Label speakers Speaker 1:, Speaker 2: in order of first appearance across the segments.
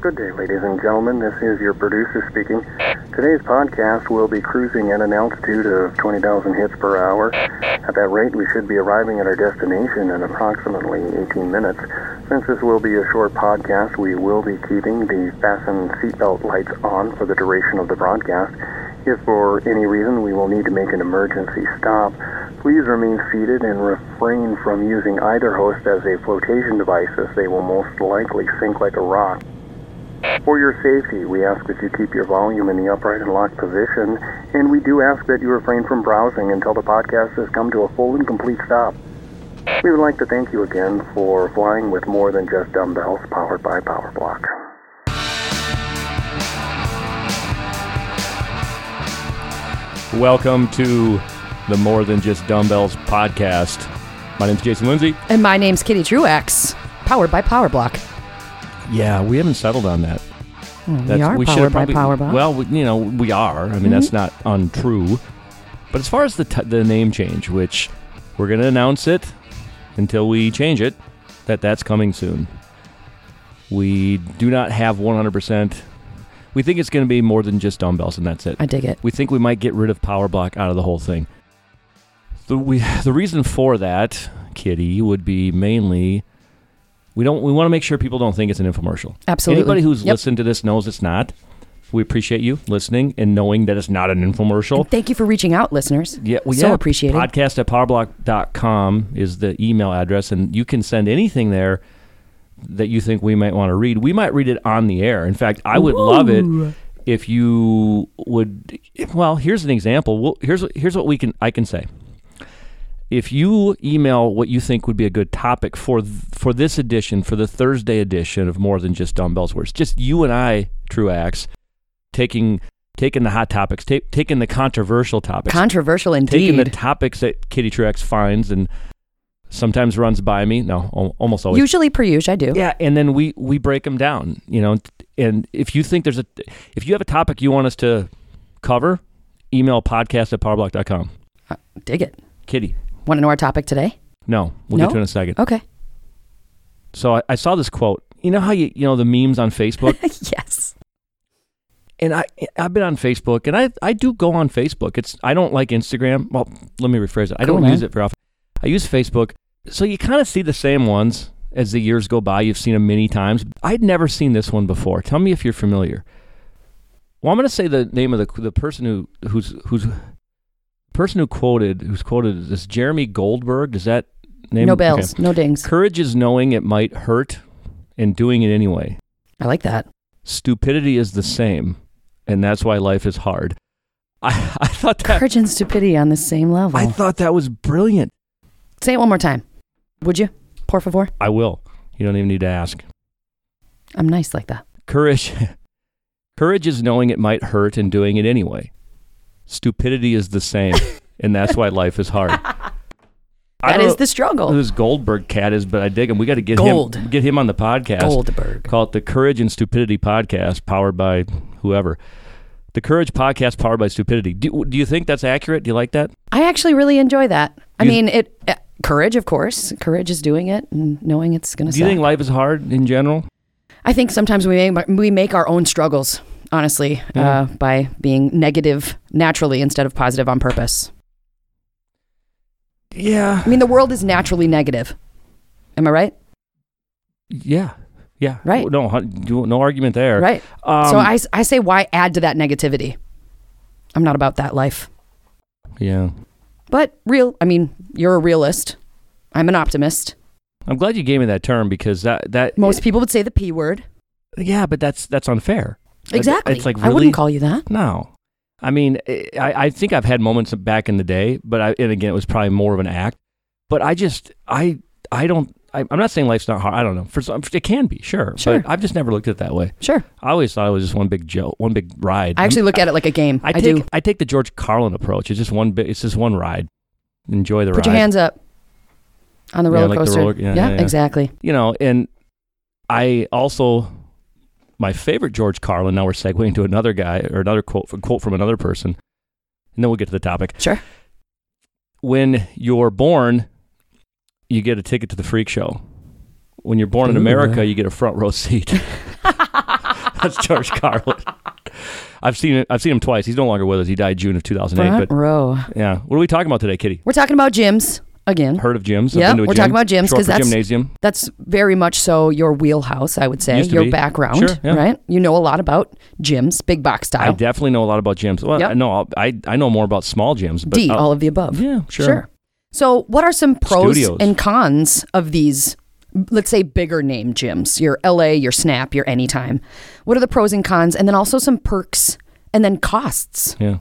Speaker 1: Good day, ladies and gentlemen. This is your producer speaking. Today's podcast will be cruising at an altitude of 20,000 hits per hour. At that rate, we should be arriving at our destination in approximately 18 minutes. Since this will be a short podcast, we will be keeping the fasten seatbelt lights on for the duration of the broadcast. If for any reason we will need to make an emergency stop, please remain seated and refrain from using either host as a flotation device as they will most likely sink like a rock. For your safety, we ask that you keep your volume in the upright and locked position, and we do ask that you refrain from browsing until the podcast has come to a full and complete stop. We would like to thank you again for flying with more than just dumbbells powered by PowerBlock.
Speaker 2: Welcome to the More Than Just Dumbbells podcast. My name's Jason Lindsay.
Speaker 3: And my name's Kitty Truax, powered by PowerBlock.
Speaker 2: Yeah, we haven't settled on that.
Speaker 3: Mm, we are
Speaker 2: should've
Speaker 3: powered by PowerBlock.
Speaker 2: Well, we, you know, we are. I mean, that's not untrue. But as far as the t- the name change, which we're going to announce it until we change it, that that's coming soon. We do not have 100%. We think it's going to be more than just dumbbells, and that's it.
Speaker 3: I dig it.
Speaker 2: we think we might get rid of power block out of the whole thing. The we the reason for that, Kitty, would be mainly we don't we want to make sure people don't think it's an infomercial.
Speaker 3: Absolutely.
Speaker 2: Anybody who's
Speaker 3: Yep.
Speaker 2: listened to this knows it's not. We appreciate you listening and knowing that it's not an infomercial.
Speaker 3: And thank you for reaching out, listeners.
Speaker 2: Yeah, we
Speaker 3: so
Speaker 2: yeah,
Speaker 3: appreciated.
Speaker 2: Podcast at powerblock.com is the email address, and you can send anything there that you think we might want to read. We might read it on the air. In fact, I would love it if you would. Well, here's an example. Well, here's here's what we can I can say. If you email what you think would be a good topic for th- for this edition, for the Thursday edition of more than just dumbbells, where it's just you and I, Truax, taking taking the hot topics, ta- taking the controversial topics,
Speaker 3: Controversial
Speaker 2: taking
Speaker 3: indeed.
Speaker 2: the topics that Kitty Truex finds and sometimes runs by me. No, al- almost always.
Speaker 3: Usually per usual, I do.
Speaker 2: yeah, and then we we break them down. You know, and if you think there's a if you have a topic you want us to cover, email podcast at powerblock.com.
Speaker 3: Uh, dig it.
Speaker 2: Kitty,
Speaker 3: Want to know our topic today?
Speaker 2: no, we'll
Speaker 3: No?
Speaker 2: get to it in a second.
Speaker 3: Okay.
Speaker 2: So I, I saw this quote. You know how you you know the memes on Facebook,
Speaker 3: yes.
Speaker 2: and I I've been on Facebook, and I I do go on Facebook. It's I don't like Instagram. Well, let me rephrase it. I
Speaker 3: Cool,
Speaker 2: don't
Speaker 3: man.
Speaker 2: use it very often. I use Facebook, so you kind of see the same ones as the years go by. You've seen them many times. I'd never seen this one before. Tell me if you're familiar. Well, I'm going to say the name of the the person who who's who's person who quoted who's quoted is this Jeremy Goldberg. Does that name?
Speaker 3: no
Speaker 2: okay.
Speaker 3: bells, no dings.
Speaker 2: Courage is knowing it might hurt and doing it anyway.
Speaker 3: I like that.
Speaker 2: Stupidity is the same, and that's why life is hard. I, I thought that
Speaker 3: Courage and stupidity on the same level.
Speaker 2: I thought that was brilliant.
Speaker 3: Say it one more time. Would you? Por favor.
Speaker 2: I will. You don't even need to ask.
Speaker 3: I'm nice like that.
Speaker 2: Courage Courage is knowing it might hurt and doing it anyway. Stupidity is the same, and that's why life is hard. I
Speaker 3: That
Speaker 2: don't
Speaker 3: is the
Speaker 2: know
Speaker 3: struggle.
Speaker 2: who this Goldberg cat is, but I dig him. We got to get him
Speaker 3: Gold.
Speaker 2: get him on the podcast.
Speaker 3: Goldberg.
Speaker 2: Call it the Courage and Stupidity podcast, powered by whoever. The Courage podcast, powered by Stupidity. Do, do you think that's accurate? Do you like that?
Speaker 3: I actually really enjoy that. I
Speaker 2: You-
Speaker 3: mean, it uh, courage, of course. Courage is doing it and knowing it's going to
Speaker 2: Do you think life is hard in general?
Speaker 3: I think sometimes we make, we make our own struggles, honestly,
Speaker 2: Yeah.
Speaker 3: uh, by being negative naturally instead of positive on purpose.
Speaker 2: Yeah.
Speaker 3: I mean, the world is naturally negative. Am I right?
Speaker 2: Yeah. Yeah.
Speaker 3: Right.
Speaker 2: No, hun- you- no argument there.
Speaker 3: Right.
Speaker 2: Um,
Speaker 3: so I, s- I say, why add to that negativity? I'm not about that life.
Speaker 2: Yeah.
Speaker 3: But real, I mean, you're a realist. I'm an optimist.
Speaker 2: I'm glad you gave me that term because that that
Speaker 3: Most people would say the P word.
Speaker 2: yeah, but that's that's unfair. Like,
Speaker 3: Exactly.
Speaker 2: It's like
Speaker 3: I
Speaker 2: really
Speaker 3: wouldn't call you that.
Speaker 2: no. I mean, I, I think I've had moments back in the day, but I, and again, it was probably more of an act. But I just, I, I don't. I, I'm not saying life's not hard. I don't know. For some, it can be, sure.
Speaker 3: Sure.
Speaker 2: But I've just never looked at it that way.
Speaker 3: Sure.
Speaker 2: I always thought it was just one big joke, one big ride.
Speaker 3: I
Speaker 2: I'm-
Speaker 3: actually look at it like a game. I,
Speaker 2: I take
Speaker 3: do.
Speaker 2: I take the George Carlin approach. It's just one bit. It's just one ride. Enjoy the
Speaker 3: Put
Speaker 2: ride.
Speaker 3: your hands up on the
Speaker 2: Yeah,
Speaker 3: roller
Speaker 2: like the
Speaker 3: coaster.
Speaker 2: roller- yeah, yeah, yeah.
Speaker 3: exactly.
Speaker 2: You know, and I also my favorite George Carlin. Now we're segueing to another guy or another quote quote from another person, and then we'll get to the topic.
Speaker 3: Sure.
Speaker 2: When you're born, you get a ticket to the freak show. When you're born in
Speaker 3: Ooh.
Speaker 2: America, you get a front row seat. That's George Carlin. I've seen it. I've seen him twice. He's no longer with us. He died June of 2008.
Speaker 3: Front
Speaker 2: but
Speaker 3: row.
Speaker 2: yeah, what are we talking about today, Kitty?
Speaker 3: We're talking about gyms again.
Speaker 2: Heard of gyms? I've
Speaker 3: Yeah,
Speaker 2: been to a
Speaker 3: we're
Speaker 2: gym.
Speaker 3: talking about gyms
Speaker 2: Short
Speaker 3: because
Speaker 2: for
Speaker 3: that's
Speaker 2: gymnasium.
Speaker 3: that's very much so your wheelhouse. I would say
Speaker 2: Used to
Speaker 3: your
Speaker 2: be.
Speaker 3: background,
Speaker 2: Sure, yeah.
Speaker 3: right? You know a lot about gyms, big box
Speaker 2: I
Speaker 3: style,
Speaker 2: definitely know a lot about gyms. Well,
Speaker 3: Yep.
Speaker 2: I no, I'll- I I know more about small gyms. But
Speaker 3: D, oh.
Speaker 2: uh,
Speaker 3: all of the above.
Speaker 2: yeah, sure.
Speaker 3: So, what are some pros
Speaker 2: Studios.
Speaker 3: and cons of these? Let's say bigger name gyms, your LA, your Snap, your Anytime. What are the pros and cons, and then also some perks, and then costs?
Speaker 2: Yeah.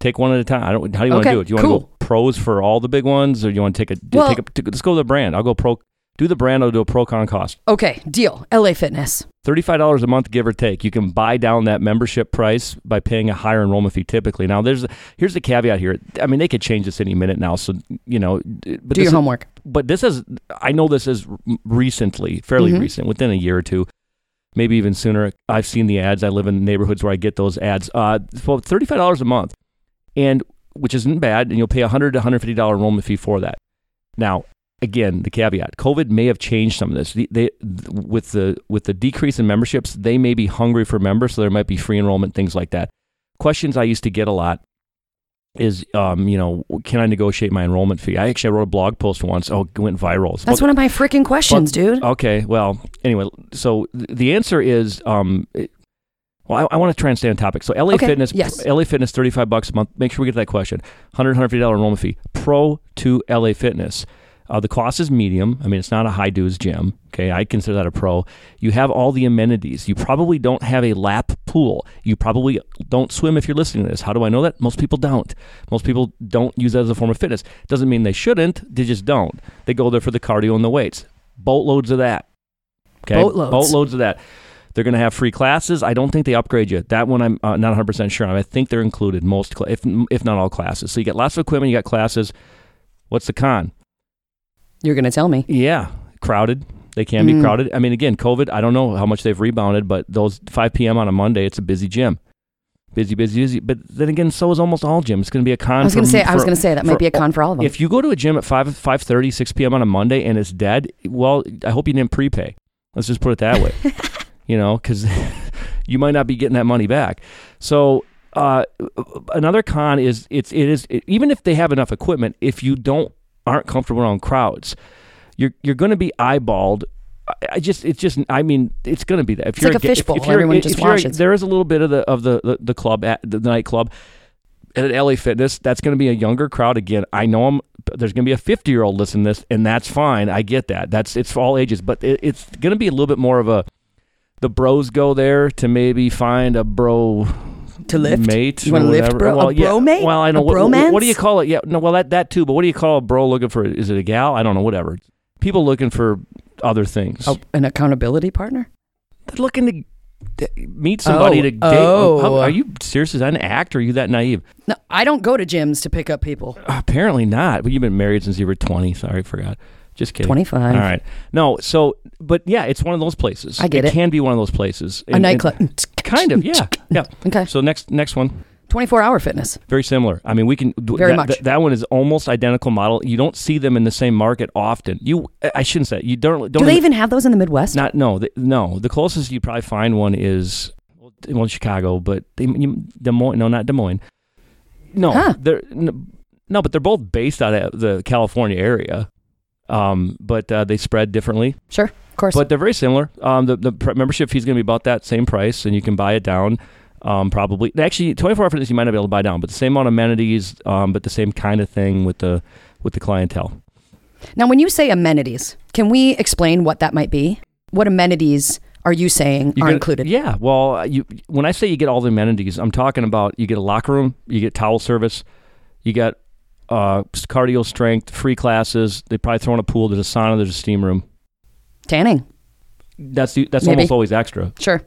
Speaker 2: Take one at a time. I don't. How do you want to
Speaker 3: Okay,
Speaker 2: do it? Do you want to
Speaker 3: cool.
Speaker 2: go pros for all the big ones, or do you want to take a
Speaker 3: Well-
Speaker 2: take a? t- let's go to the brand. I'll go pro. Do the brand. I'll do a pro con cost.
Speaker 3: Okay, deal. LA Fitness.
Speaker 2: Thirty-five dollars a month, give or take. You can buy down that membership price by paying a higher enrollment fee. Typically, now there's here's the caveat here. I mean, they could change this any minute now. So you know, d- but
Speaker 3: Do
Speaker 2: this
Speaker 3: your
Speaker 2: is-
Speaker 3: homework.
Speaker 2: but this is I know this is r- recently, fairly
Speaker 3: Mhm.
Speaker 2: recent, within a year or two, maybe even sooner. I've seen the ads. I live in neighborhoods where I get those ads. Uh, well, thirty five dollars a month, and which isn't bad, and you'll pay a hundred to hundred fifty dollar enrollment fee for that. Now, again, the caveat: COVID may have changed some of this. The, they th- with the with the decrease in memberships, they may be hungry for members, so there might be free enrollment things like that. Questions I used to get a lot is um, you know, can I negotiate my enrollment fee? I actually wrote a blog post once. Oh, it went viral.
Speaker 3: That's one of my freaking questions, dude.
Speaker 2: Okay. Well, anyway, so th- the answer is, um, it- well, I, I want to try and stay on topic. So LA
Speaker 3: Okay,
Speaker 2: Fitness,
Speaker 3: yes.
Speaker 2: LA Fitness, 35 bucks a month. Make sure we get to that question. 100 $150 enrollment fee. Pro to LA Fitness. Uh, the cost is medium. I mean, it's not a high dues gym. Okay, I consider that a pro. You have all the amenities. You probably don't have a lap pool. You probably don't swim if you're listening to this. How do I know that? Most people don't. Most people don't use that as a form of fitness. Doesn't mean they shouldn't. They just don't. They go there for the cardio and the weights. Boatloads of that. Okay,
Speaker 3: Boatloads.
Speaker 2: boatloads of that. They're going to have free classes. I don't think they upgrade you. That one I'm uh, not 100% sure on. I think they're included most cla if if not all classes. So you get lots of equipment, you got classes. What's the con?
Speaker 3: You're gonna tell me.
Speaker 2: Yeah, crowded. They can be
Speaker 3: Mm.
Speaker 2: crowded. I mean again, COVID, I don't know how much they've rebounded, but those 5 p.m. on a Monday, it's a busy gym. Busy, busy, busy. But then again, so is almost all gyms. It's going to be a con.
Speaker 3: I was gonna
Speaker 2: for-
Speaker 3: say. I was
Speaker 2: for-
Speaker 3: gonna say that
Speaker 2: for-
Speaker 3: might be a con for all of them.
Speaker 2: If you go to a gym at 5 five thirty, six p.m. on a Monday and it's dead, well, I hope you didn't prepay. Let's just put it that way. you know, cuz you might not be getting that money back. So, uh, another con is it's it is even if they have enough equipment, if you don't aren't comfortable around crowds, you're you're going to be eyeballed. I- I just it's just I mean it's going to be that. If
Speaker 3: It's
Speaker 2: you're
Speaker 3: like a
Speaker 2: ga- if-
Speaker 3: fishbowl.
Speaker 2: if you're-
Speaker 3: Everyone
Speaker 2: if
Speaker 3: just
Speaker 2: you're-
Speaker 3: watches.
Speaker 2: There is a little bit of the of the the, the club at the nightclub. At LA Fitness, that's going to be a younger crowd again. I know I'm. There's going to be a 50 year old listening to this, and that's fine. I get that. That's it's for all ages, but it, it's going to be a little bit more of a the bros go there to maybe find a bro
Speaker 3: to lift,
Speaker 2: mate.
Speaker 3: You wanna
Speaker 2: or
Speaker 3: lift,
Speaker 2: whatever.
Speaker 3: bro? A
Speaker 2: Well, yeah.
Speaker 3: bro mate?
Speaker 2: Well, I know
Speaker 3: A
Speaker 2: what,
Speaker 3: bromance?
Speaker 2: what do you call it? Yeah, no. Well, that that too. But what do you call a bro looking for? Is it a gal? I don't know. Whatever. People looking for other things.
Speaker 3: Oh, an accountability partner.
Speaker 2: They're looking to d- meet somebody
Speaker 3: Oh,
Speaker 2: to date.
Speaker 3: oh.
Speaker 2: How- are you serious? Is that an act? Or are you that naive?
Speaker 3: No, I don't go to gyms to pick up people.
Speaker 2: Apparently not. Well, you've been married since you were twenty. Sorry, I forgot. Just kidding.
Speaker 3: 25.
Speaker 2: All right. No. So, but yeah, it's one of those places.
Speaker 3: I get it.
Speaker 2: can be one of those places. And-
Speaker 3: A
Speaker 2: and-
Speaker 3: nightclub.
Speaker 2: Kind of. Yeah. Yeah.
Speaker 3: Okay.
Speaker 2: So next next one.
Speaker 3: 24 hour fitness.
Speaker 2: Very similar. I mean, we can d-
Speaker 3: Very
Speaker 2: that,
Speaker 3: much.
Speaker 2: That, that one is almost identical model. You don't see them in the same market often. You, I shouldn't say it. you don't. don't
Speaker 3: Do they even have those in the Midwest?
Speaker 2: Not no the, no. The closest you probably find one is well, in Chicago, but they, you, Des Moines. No, not Des Moines. No,
Speaker 3: Huh.
Speaker 2: they're n- no, but they're both based out of the California area. Um, but uh, they spread differently.
Speaker 3: Sure, of course.
Speaker 2: But they're very similar. Um, the the pr- membership fee is going to be about that same price, and you can buy it down. Um, probably actually twenty four hour fitness you might not be able to buy down, but the same amount of amenities, um, but the same kind of thing with the with the clientele.
Speaker 3: now, when you say amenities, can we explain what that might be? What amenities are you saying
Speaker 2: You
Speaker 3: are
Speaker 2: get-
Speaker 3: included?
Speaker 2: Yeah. Well, you when I say you get all the amenities, I'm talking about you get a locker room, you get towel service, you get uh, cardio strength, free classes. They probably throw in a pool. There's a sauna. There's a steam room.
Speaker 3: Tanning,
Speaker 2: That's the, that's
Speaker 3: Maybe.
Speaker 2: almost always extra.
Speaker 3: sure.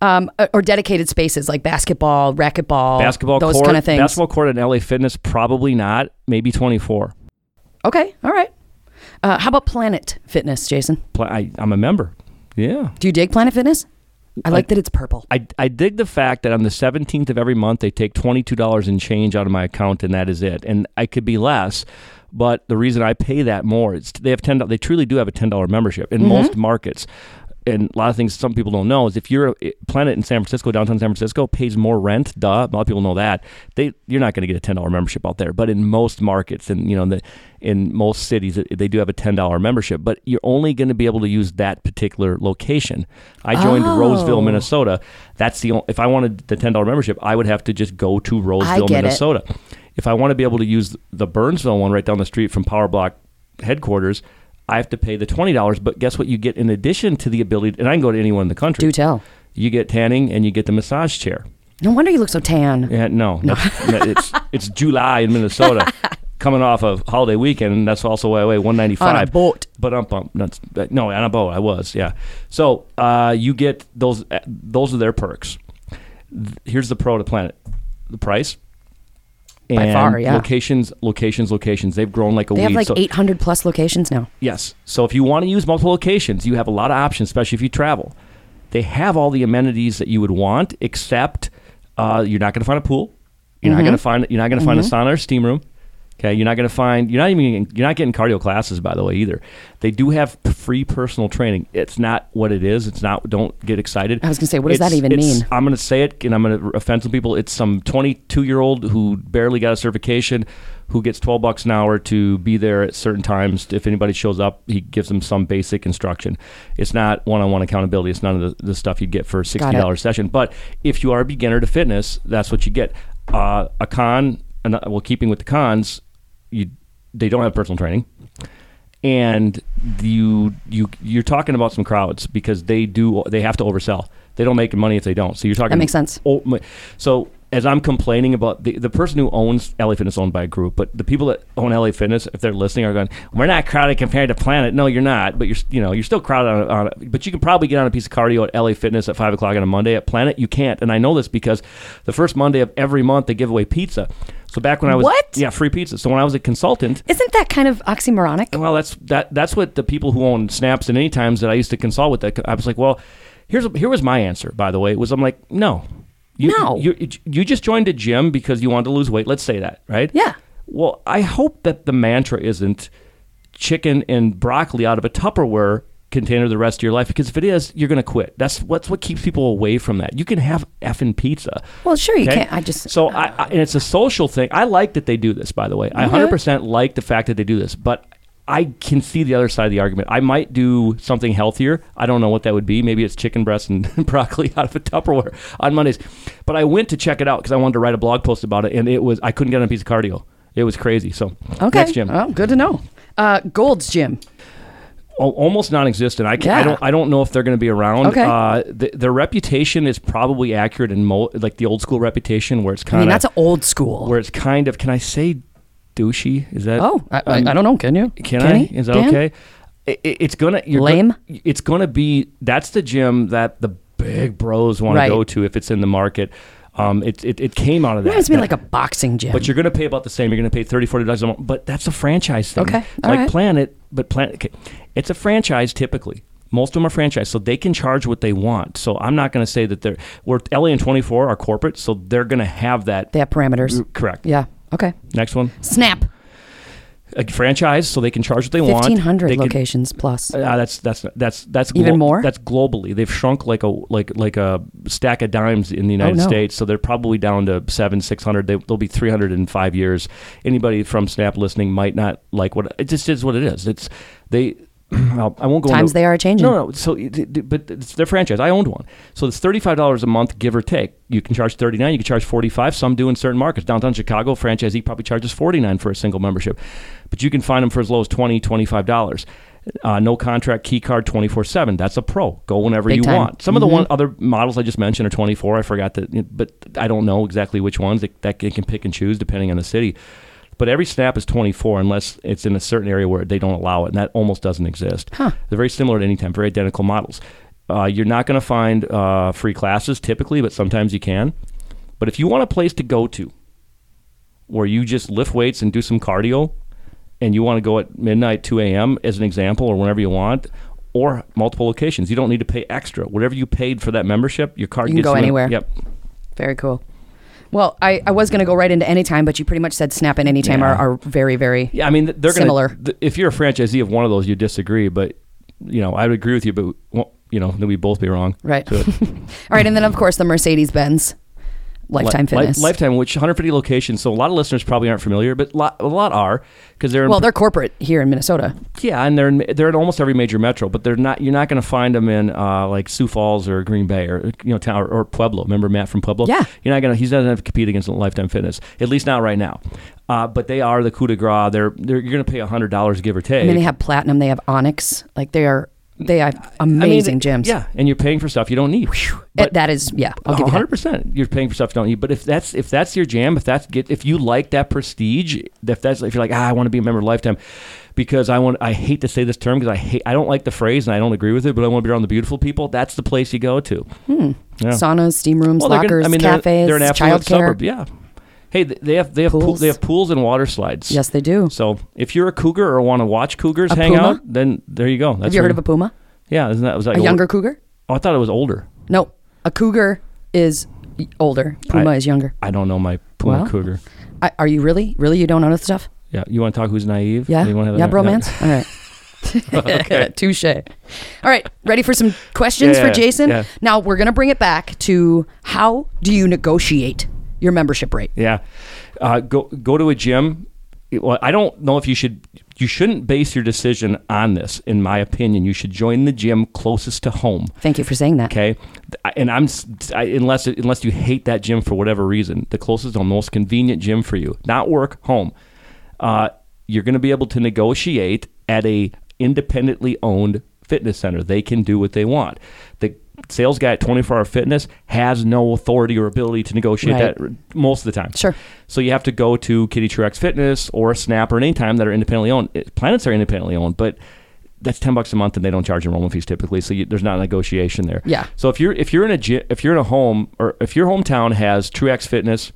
Speaker 3: Um, uh, or dedicated spaces like basketball, racquetball,
Speaker 2: basketball
Speaker 3: those
Speaker 2: court,
Speaker 3: kind of things.
Speaker 2: basketball court at LA Fitness probably not. Maybe twenty four.
Speaker 3: Okay, all right. Uh, how about Planet Fitness, Jason?
Speaker 2: Pla- I, I'm a member. Yeah.
Speaker 3: Do you dig Planet Fitness? I like
Speaker 2: I-
Speaker 3: that it's purple.
Speaker 2: I, I dig the fact that on the 17th of every month, they take $22 in change out of my account, and that is it. And I could be less, but the reason I pay that more is they have $10, they truly do have a $10 membership in most markets. and a lot of things some people don't know is if you're a planet in San Francisco, downtown San Francisco, pays more rent. Duh, a lot of people know that. They you're not going to get a ten dollar membership out there, but in most markets and you know in the in most cities it- they do have a ten dollar membership, but you're only going to be able to use that particular location. I joined
Speaker 3: Oh.
Speaker 2: Roseville, Minnesota. That's the only, if I wanted the ten dollar membership, I would have to just go to Roseville,
Speaker 3: get it.
Speaker 2: Minnesota. If I want to be able to use the Burnsville one right down the street from Power Block headquarters, I have to pay the twenty dollars. But guess what? You get in addition to the ability, and I can go to anyone in the country.
Speaker 3: Do tell.
Speaker 2: You get tanning and you get the massage chair.
Speaker 3: No wonder you look so tan.
Speaker 2: Yeah, no, that's- that- it's it's July in Minnesota, coming off of holiday weekend, and that's also why I weigh one ninety five
Speaker 3: On a boat.
Speaker 2: But um, bump, nuts, but no, on a boat I was, yeah. So uh, you get those; uh, those are their perks. Th- Here's the pro to Planet: the price. And
Speaker 3: By far, yeah.
Speaker 2: Locations, locations, locations. They've grown like a
Speaker 3: They
Speaker 2: weed.
Speaker 3: have like
Speaker 2: so,
Speaker 3: 800 plus locations now.
Speaker 2: Yes. So if you want to use multiple locations, you have a lot of options, especially if you travel. They have all the amenities that you would want, except uh, you're not going to find a pool. You're
Speaker 3: Mm-hmm.
Speaker 2: not going to find you're not going to find a sauna or steam room. Okay, you're not going to find you're not even getting- you're not getting cardio classes by the way either. They do have p- free personal training. It's not what it is. It's not. Don't get excited.
Speaker 3: I was gonna say, what does that
Speaker 2: It's-
Speaker 3: even
Speaker 2: it's-
Speaker 3: mean?
Speaker 2: I'm going to say it, and I'm going to offend some people. It's some 22 year old who barely got a certification, who gets 12 bucks an hour to be there at certain times. If anybody shows up, he gives them some basic instruction. It's not one on one accountability. It's none of the, the stuff you'd get for a
Speaker 3: it.
Speaker 2: sixty dollars session. But if you are a beginner to fitness, that's what you get. Uh, a con, an- well, keeping with the cons, you they don't have personal training and you you you're talking about some crowds because they do they have to oversell. They don't make money if they don't. So you're talking
Speaker 3: That makes sense.
Speaker 2: Oh, my- So as I'm complaining about the, the person who owns LA Fitness is owned by a group, but the people that own LA Fitness, if they're listening, are going, "We're not crowded compared to Planet." No, you're not, but you're s- you know you're still crowded on, a- on. a- But you can probably get on a piece of cardio at LA Fitness at five o'clock on a Monday. At Planet, you can't, and I know this because the first Monday of every month they give away pizza. So back when I was
Speaker 3: What?
Speaker 2: yeah free pizza. So when I was a consultant,
Speaker 3: Isn't that kind of oxymoronic?
Speaker 2: well, that's that. That's what the people who own Snaps and Anytimes that I used to consult with. That I was like, well, here's here was my answer. By the way, was I'm like, no, you,
Speaker 3: No.
Speaker 2: you you just joined a gym because you wanted to lose weight. Let's say that, right?
Speaker 3: Yeah.
Speaker 2: Well, I hope that the mantra isn't chicken and broccoli out of a Tupperware container the rest of your life because if it is, you're gonna quit. That's what's what keeps people away from that. You can have effing pizza.
Speaker 3: Well, sure, you can't. I just- uh,
Speaker 2: so I, I and it's a social thing. I like that they do this, by the way.
Speaker 3: Mm-hmm.
Speaker 2: I hundred percent like the fact that they do this, but I can see the other side of the argument. I might do something healthier. I don't know what that would be. Maybe it's chicken breast and broccoli out of a Tupperware on Mondays. But I went to check it out because I wanted to write a blog post about it, and it was I couldn't get on a piece of cardio. It was crazy. So
Speaker 3: Okay.
Speaker 2: next gym,
Speaker 3: Oh, good to know. Uh, Gold's Gym.
Speaker 2: Al- almost non-existent. I, can,
Speaker 3: Yeah.
Speaker 2: I don't I don't know if they're going to be around.
Speaker 3: Okay.
Speaker 2: Uh, th- their reputation is probably accurate in mo- like the old school reputation where it's
Speaker 3: I
Speaker 2: kind of
Speaker 3: mean, that's old school.
Speaker 2: where it's kind of can I say douchey? Is that
Speaker 3: Oh, I,
Speaker 2: um,
Speaker 3: I, I don't know. Can you?
Speaker 2: Can, I?
Speaker 3: he?
Speaker 2: Is that
Speaker 3: Dan?
Speaker 2: okay? I- I- it's gonna you're
Speaker 3: Lame?
Speaker 2: gonna- it's gonna be that's the gym that the big bros want
Speaker 3: Right.
Speaker 2: to go to if it's in the market. Um, it, it it came out of that.
Speaker 3: Reminds me
Speaker 2: That-
Speaker 3: like a boxing gym.
Speaker 2: but you're going to pay about the same. You're going to pay thirty, forty dollars a month. But that's a franchise thing.
Speaker 3: Okay,
Speaker 2: It's
Speaker 3: all
Speaker 2: like
Speaker 3: right.
Speaker 2: Planet, but Planet, okay. it's a franchise typically. Most of them are franchise, so they can charge what they want. So I'm not going to say that they're. We're LA and 24 are corporate, so they're going to have that.
Speaker 3: they have parameters.
Speaker 2: Correct.
Speaker 3: Yeah. Okay.
Speaker 2: Next one,
Speaker 3: Snap.
Speaker 2: a franchise, so they can charge what they want.
Speaker 3: 1,500
Speaker 2: They can-
Speaker 3: locations plus.
Speaker 2: Uh, that's that's that's that's
Speaker 3: Even more?
Speaker 2: That's globally. They've shrunk like a like like a stack of dimes in the United
Speaker 3: Oh, no.
Speaker 2: States. So they're probably down to seven six hundred. They, they'll be three hundred in five years. Anybody from Snap listening might not like what it just is. What it is. It's they. well, I won't go.
Speaker 3: Times
Speaker 2: into,
Speaker 3: they are a-changing.
Speaker 2: No, no. So, it- it- but it's their franchise. I owned one, so it's thirty-five dollars a month, give or take. You can charge thirty-nine. You can charge forty-five. Some do in certain markets. Downtown Chicago franchisee probably charges forty-nine for a single membership, but you can find them for as low as $20, 25 dollars. Uh, no contract key card 24-7 that's a pro go whenever
Speaker 3: Big
Speaker 2: you
Speaker 3: time. Mm-hmm.
Speaker 2: want some of the one other models i just mentioned are 24 i forgot that but i don't know exactly which ones that, that they can pick and choose depending on the city but every snap is 24 unless it's in a certain area where they don't allow it, and that almost doesn't exist. They're very similar to Anytime, very identical models. Uh, you're not going to find uh, free classes typically, but sometimes you can. But if you want a place to go to where you just lift weights and do some cardio, and you want to go at midnight, 2 a.m., as an example, or whenever you want, or multiple locations, you don't need to pay extra. Whatever you paid for that membership, your card
Speaker 3: You can
Speaker 2: gets
Speaker 3: go
Speaker 2: in-
Speaker 3: anywhere.
Speaker 2: Yep.
Speaker 3: Very cool. Well, I, I was going to go right into anytime, but you pretty much said snap and anytime
Speaker 2: Yeah.
Speaker 3: are, are very, very.
Speaker 2: Yeah, I mean, th- they're
Speaker 3: Similar.
Speaker 2: Gonna, th- if you're a franchisee of one of those, you disagree, but you know, I would agree with you. But well, you know, then we both be wrong.
Speaker 3: Right.
Speaker 2: So-
Speaker 3: All right, and then of course the Mercedes Benz Lifetime
Speaker 2: Li- li-
Speaker 3: Fitness.
Speaker 2: Lifetime, which 150 locations. So a lot of listeners probably aren't familiar, but lot, a lot are because they're in,
Speaker 3: well, they're corporate here in Minnesota.
Speaker 2: yeah, and they're in, they're in almost every major metro. But they're not. You're not going to find them in uh, like Sioux Falls or Green Bay or you know town or, or Pueblo. Remember Matt from Pueblo?
Speaker 3: Yeah.
Speaker 2: You're not going to. He's not going to compete against Lifetime Fitness at least not right now. Uh, but they are the coup de grace. They're, they're you're going to pay hundred dollars give or take.
Speaker 3: And then they have platinum, they have onyx. Like they are they have amazing
Speaker 2: I mean,
Speaker 3: gyms.
Speaker 2: Yeah, and you're paying for stuff you don't need.
Speaker 3: It- that is yeah, I'll give you that.
Speaker 2: hundred percent. You're paying for stuff you don't need. But if that's if that's your jam, if that's get if you like that prestige, if that's if you're like ah, I want to be a member of Lifetime, because I want I hate to say this term because I hate I don't like the phrase and I don't agree with it, but I want to be around the beautiful people. That's the place you go to. Yeah.
Speaker 3: Saunas, steam rooms,
Speaker 2: they're
Speaker 3: Hmm. lockers,
Speaker 2: gonna-
Speaker 3: cafes,
Speaker 2: they're, they're an affluent
Speaker 3: childcare.
Speaker 2: suburb. Yeah. Hey, th- they have they have pool,
Speaker 3: Pools.
Speaker 2: they have pools and water slides.
Speaker 3: Yes, they do.
Speaker 2: So if you're a cougar or want to watch cougars
Speaker 3: A
Speaker 2: hang
Speaker 3: puma?
Speaker 2: out, then there you go. That's
Speaker 3: have you
Speaker 2: where-
Speaker 3: heard of a puma?
Speaker 2: yeah? Isn't that was that
Speaker 3: A
Speaker 2: old-
Speaker 3: younger cougar?
Speaker 2: Oh, I thought it was older.
Speaker 3: No, a cougar is y- older. Puma
Speaker 2: I-
Speaker 3: is younger.
Speaker 2: I don't know my puma
Speaker 3: Well.
Speaker 2: cougar.
Speaker 3: I, are you really, really? You don't know this stuff?
Speaker 2: Yeah, you want to talk who's naive?
Speaker 3: Yeah,
Speaker 2: you wanna have
Speaker 3: yeah,
Speaker 2: that-
Speaker 3: bromance. All right. Touche. All right, ready for some questions
Speaker 2: Yeah,
Speaker 3: for Jason?
Speaker 2: yeah.
Speaker 3: Now we're gonna bring it back to how do you negotiate your membership rate?
Speaker 2: Yeah, uh, go go to a gym. It- Well, I don't know if you should. You shouldn't base your decision on this. In my opinion, you should join the gym closest to home.
Speaker 3: Thank you for saying that.
Speaker 2: Okay, I- and I'm s- I, unless unless you hate that gym for whatever reason, the closest or most convenient gym for you, not work, home. Uh, you're going to be able to negotiate at a independently owned fitness center. They can do what they want. The sales guy at 24 Hour Fitness has no authority or ability to negotiate
Speaker 3: Right.
Speaker 2: that r- most of the time.
Speaker 3: Sure.
Speaker 2: So you have to go to Kitty Truex Fitness or Snap or any time that are independently owned. It- Planets are independently owned, but that's ten bucks a month, and they don't charge enrollment fees typically. So you, there's not a negotiation there.
Speaker 3: Yeah.
Speaker 2: So if you're if you're in a gy- if you're in a home or if your hometown has Truex Fitness,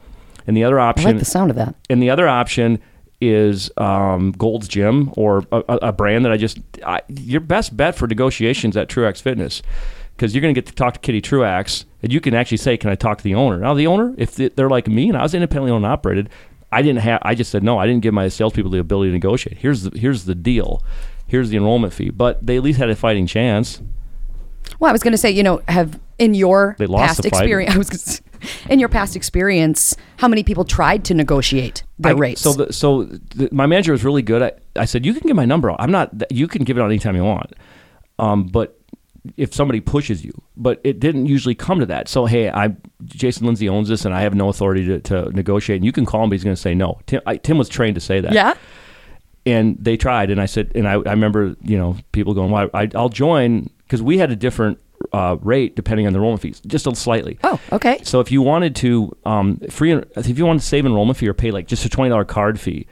Speaker 2: and the other
Speaker 3: I
Speaker 2: option
Speaker 3: like the sound of that.
Speaker 2: and the other option is um, Gold's Gym or a, a a brand that I just I, your best bet for negotiations at Truax Fitness because you're going to get to talk to Kitty Truax and you can actually say, "Can I talk to the owner?" Now the owner, if they- they're like me and I was independently owned and operated, I didn't have I just said no. I didn't give my salespeople the ability to negotiate. Here's the here's the deal. Here's the enrollment fee, but they at least had a fighting chance.
Speaker 3: Well, I was going to say, you know, have in your
Speaker 2: They lost
Speaker 3: past
Speaker 2: the fight.
Speaker 3: experience, I was gonna say, in your past experience, how many people tried to negotiate their
Speaker 2: I-
Speaker 3: rates?
Speaker 2: So, the, so the, my manager was really good. I, I said, you can give my number out. I'm not. th- You can give it out anytime you want. Um, but if somebody pushes you, but it didn't usually come to that. So, hey, I Jason Lindsay owns this, and I have no authority to, to negotiate. And you can call him, but he's going to say no. Tim, I, Tim was trained to say that
Speaker 3: yeah,
Speaker 2: and they tried and i said and i, I remember you know people going well I, i'll join because we had a different uh, rate depending on the enrollment fees just a slightly
Speaker 3: Oh, okay.
Speaker 2: so if you wanted to um, free if you wanted to save enrollment fee or pay like just a $20 card fee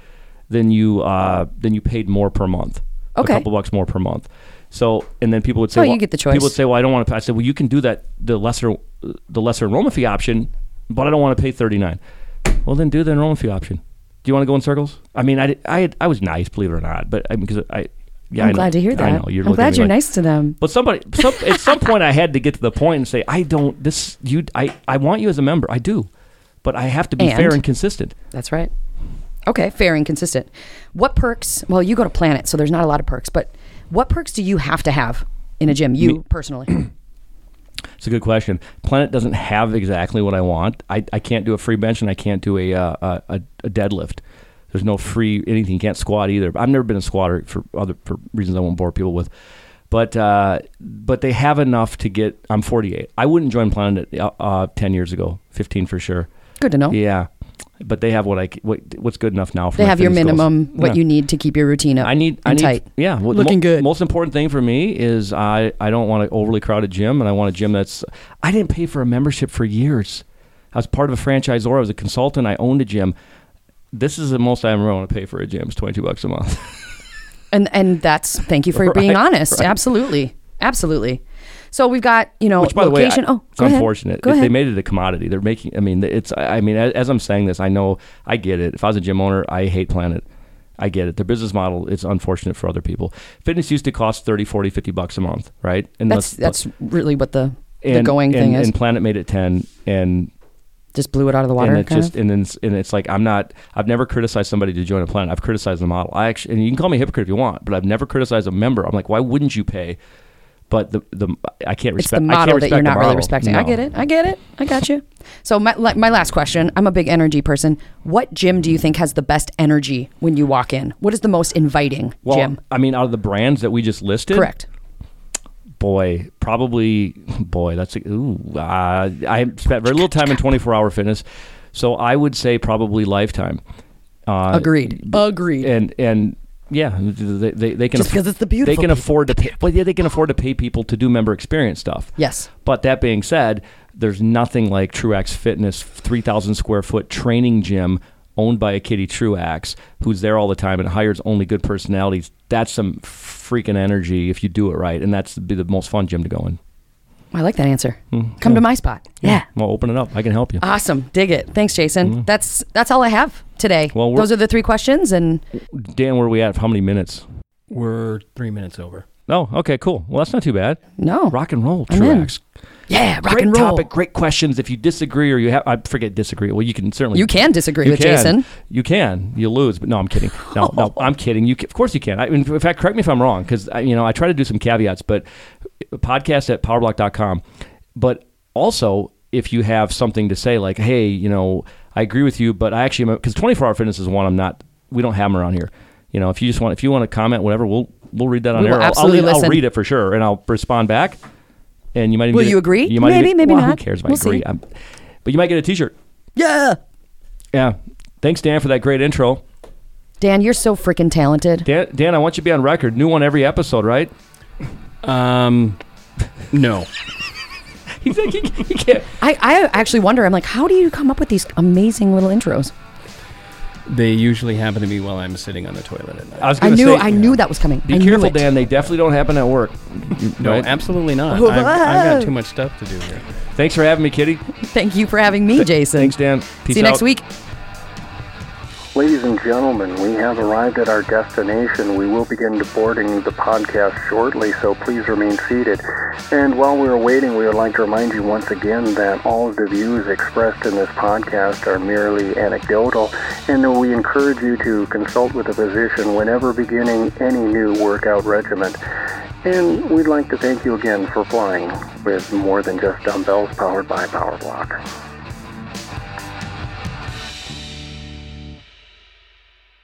Speaker 2: then you uh, then you paid more per month
Speaker 3: Okay.
Speaker 2: a couple bucks more per month so and then people would say
Speaker 3: Oh,
Speaker 2: well,
Speaker 3: you get the choice.
Speaker 2: people would say well i don't want to pay i said well you can do that the lesser the lesser enrollment fee option but i don't want to pay 39 well then do the enrollment fee option do you want to go in circles i mean i did- i, had, I was nice believe it or not but i mean because i yeah,
Speaker 3: I'm
Speaker 2: I know.
Speaker 3: glad to hear that.
Speaker 2: I know. You're looking
Speaker 3: I'm
Speaker 2: at
Speaker 3: glad
Speaker 2: me
Speaker 3: you're
Speaker 2: like-
Speaker 3: nice to them.
Speaker 2: but somebody, some, at some point, I had to get to the point and say, I don't. This you, I, I want you as a member. I do, but I have to be fair
Speaker 3: And?
Speaker 2: and consistent.
Speaker 3: That's right. Okay, fair and consistent. What perks? Well, you go to Planet, so there's not a lot of perks, but what perks do you have to have in a gym? You personally?
Speaker 2: It's a good question. Planet doesn't have exactly what I want. I, I can't do a free bench and I can't do a uh, a, a- a deadlift. There's no free anything. You can't squat either. I've never been a squatter for other for reasons I won't bore people with. But uh, but they have enough to get. I'm 48. I wouldn't join Planet uh, uh, 10 years ago. 15 for sure.
Speaker 3: Good to know.
Speaker 2: Yeah, but they have what I c- what, what's good enough now. For
Speaker 3: Oh. They
Speaker 2: my
Speaker 3: have your
Speaker 2: fitness goals.
Speaker 3: minimum, what
Speaker 2: Yeah.
Speaker 3: you need to keep your routine up.
Speaker 2: I need.
Speaker 3: and
Speaker 2: I need.
Speaker 3: tight.
Speaker 2: Yeah, well,
Speaker 3: Looking good.
Speaker 2: Most important thing for me is I. I don't want an overly crowded gym, and I want a gym that's. I didn't pay for a membership for years. I was part of a franchisor. I was a consultant. I owned a gym. This is the most I ever want to pay for a gym. It's twenty two bucks a month.
Speaker 3: And and that's thank you for being
Speaker 2: Right,
Speaker 3: honest.
Speaker 2: right.
Speaker 3: Absolutely, absolutely. So we've got you know
Speaker 2: Which, by
Speaker 3: location.
Speaker 2: the way, I-
Speaker 3: oh,
Speaker 2: it's
Speaker 3: go ahead.
Speaker 2: unfortunate.
Speaker 3: Go
Speaker 2: If
Speaker 3: ahead.
Speaker 2: They made it a commodity. They're making. I mean, it's. I I mean, as, as I'm saying this, I know. I get it. If I was a gym owner, I hate Planet. I get it. Their business model is unfortunate for other people. Fitness used to cost 30, 40, 50 bucks a month, right? And
Speaker 3: that's
Speaker 2: let's-
Speaker 3: that's really what the
Speaker 2: and,
Speaker 3: the going
Speaker 2: and-
Speaker 3: thing is.
Speaker 2: And Planet made it 10 and
Speaker 3: just blew it out of the water.
Speaker 2: and it
Speaker 3: kind
Speaker 2: just
Speaker 3: of.
Speaker 2: and then it's, and it's like I'm not I've never criticized somebody to join a planet. I've criticized the model. I actually and you can call me a hypocrite if you want, but I've never criticized a member. I'm like, why wouldn't you pay But the the I can't
Speaker 3: It's
Speaker 2: respect. I can't
Speaker 3: the model that
Speaker 2: respect
Speaker 3: you're
Speaker 2: the
Speaker 3: not really
Speaker 2: model.
Speaker 3: respecting. I
Speaker 2: No.
Speaker 3: get it. I get it. I got you. So my like, my last question. I'm a big energy person. What gym do you think has the best energy when you walk in? What is the most inviting
Speaker 2: Well,
Speaker 3: gym?
Speaker 2: I mean, out of the brands that we just listed,
Speaker 3: Correct.
Speaker 2: boy, probably boy. That's a, ooh. Uh, I spent very little time in twenty four hour fitness, so I would say probably Lifetime. Uh,
Speaker 3: Agreed. Agreed.
Speaker 2: And and yeah, they, they, they can
Speaker 3: Just 'cause it's the beautiful
Speaker 2: They can
Speaker 3: people.
Speaker 2: afford to pay. Well, yeah, they can afford to pay people to do member experience stuff.
Speaker 3: Yes.
Speaker 2: But that being said, there's nothing like Truax Fitness, three thousand square foot training gym owned by a Kitty Truax, who's there all the time and hires only good personalities. That's some freaking energy if you do it right, and that's be the most fun gym to go in.
Speaker 3: I like that answer.
Speaker 2: Mm,
Speaker 3: Come to my spot. yeah. Uh,
Speaker 2: Well, open it up. I can help you.
Speaker 3: Awesome. Dig it. Thanks, Jason. That's that's all I have today.
Speaker 2: Mm-hmm. Well, we're-
Speaker 3: Those are the three questions and
Speaker 2: Dan, where are we at? How many minutes?
Speaker 4: We're three minutes over.
Speaker 2: Oh, okay, cool. Well, that's not too bad.
Speaker 3: no.
Speaker 2: Rock and roll,
Speaker 3: Oh. I'm in.
Speaker 2: Truax.
Speaker 3: Yeah, rock
Speaker 2: great
Speaker 3: and roll.
Speaker 2: topic, great questions. If you disagree or you have, I forget disagree. Well, you can certainly
Speaker 3: You can disagree
Speaker 2: You
Speaker 3: with
Speaker 2: can.
Speaker 3: Jason.
Speaker 2: You can. You lose, but no, I'm kidding. No, no, I'm kidding. You can, of course you can. I, in fact, correct me if I'm wrong because you know I try to do some caveats, but uh, podcast at powerblock.com. But also, if you have something to say, like, hey, you know, I agree with you, but I actually because 24 hour fitness is one I'm not. We don't have them around here. You know, if you just want, if you want to comment, whatever, we'll we'll read that on
Speaker 3: We will
Speaker 2: air. I'll-
Speaker 3: absolutely
Speaker 2: I'll, I'll,
Speaker 3: listen.
Speaker 2: read it for sure, and I'll respond back. And you might even
Speaker 3: Will
Speaker 2: get a-
Speaker 3: you agree?
Speaker 2: You might
Speaker 3: Maybe,
Speaker 2: even,
Speaker 3: maybe
Speaker 2: well, Who
Speaker 3: not.
Speaker 2: cares if I
Speaker 3: We'll
Speaker 2: agree?
Speaker 3: see.
Speaker 2: I'm- but you might get a T-shirt.
Speaker 3: Yeah.
Speaker 2: Yeah. Thanks, Dan, for that great intro.
Speaker 3: Dan, you're so freaking talented.
Speaker 2: Dan, Dan, I want you to be on record. New one every episode, right?
Speaker 4: Um, no.
Speaker 2: He's like, you, you can't.
Speaker 3: I, I actually wonder, I'm like, how do you come up with these amazing little intros?
Speaker 4: They usually happen to me while I'm sitting on the toilet at night.
Speaker 2: I was
Speaker 3: I
Speaker 2: gonna
Speaker 3: knew
Speaker 2: say,
Speaker 3: I knew that was coming.
Speaker 2: Be
Speaker 3: I knew
Speaker 2: careful,
Speaker 3: it.
Speaker 2: Dan. They definitely don't happen at work.
Speaker 4: no,
Speaker 2: Right?
Speaker 4: absolutely not. I've, I've got too much stuff to do here.
Speaker 2: Thanks for having me, Kitty.
Speaker 3: Thank you for having me, Jason.
Speaker 2: Thanks, Dan. Peace
Speaker 3: See you next
Speaker 2: out.
Speaker 3: week.
Speaker 1: Ladies and gentlemen, we have arrived at our destination. We will begin boarding the podcast shortly, so please remain seated. And while we are waiting, we would like to remind you once again that all of the views expressed in this podcast are merely anecdotal, and that we encourage you to consult with a physician whenever beginning any new workout regimen. And we'd like to thank you again for flying with more than just dumbbells powered by PowerBlock.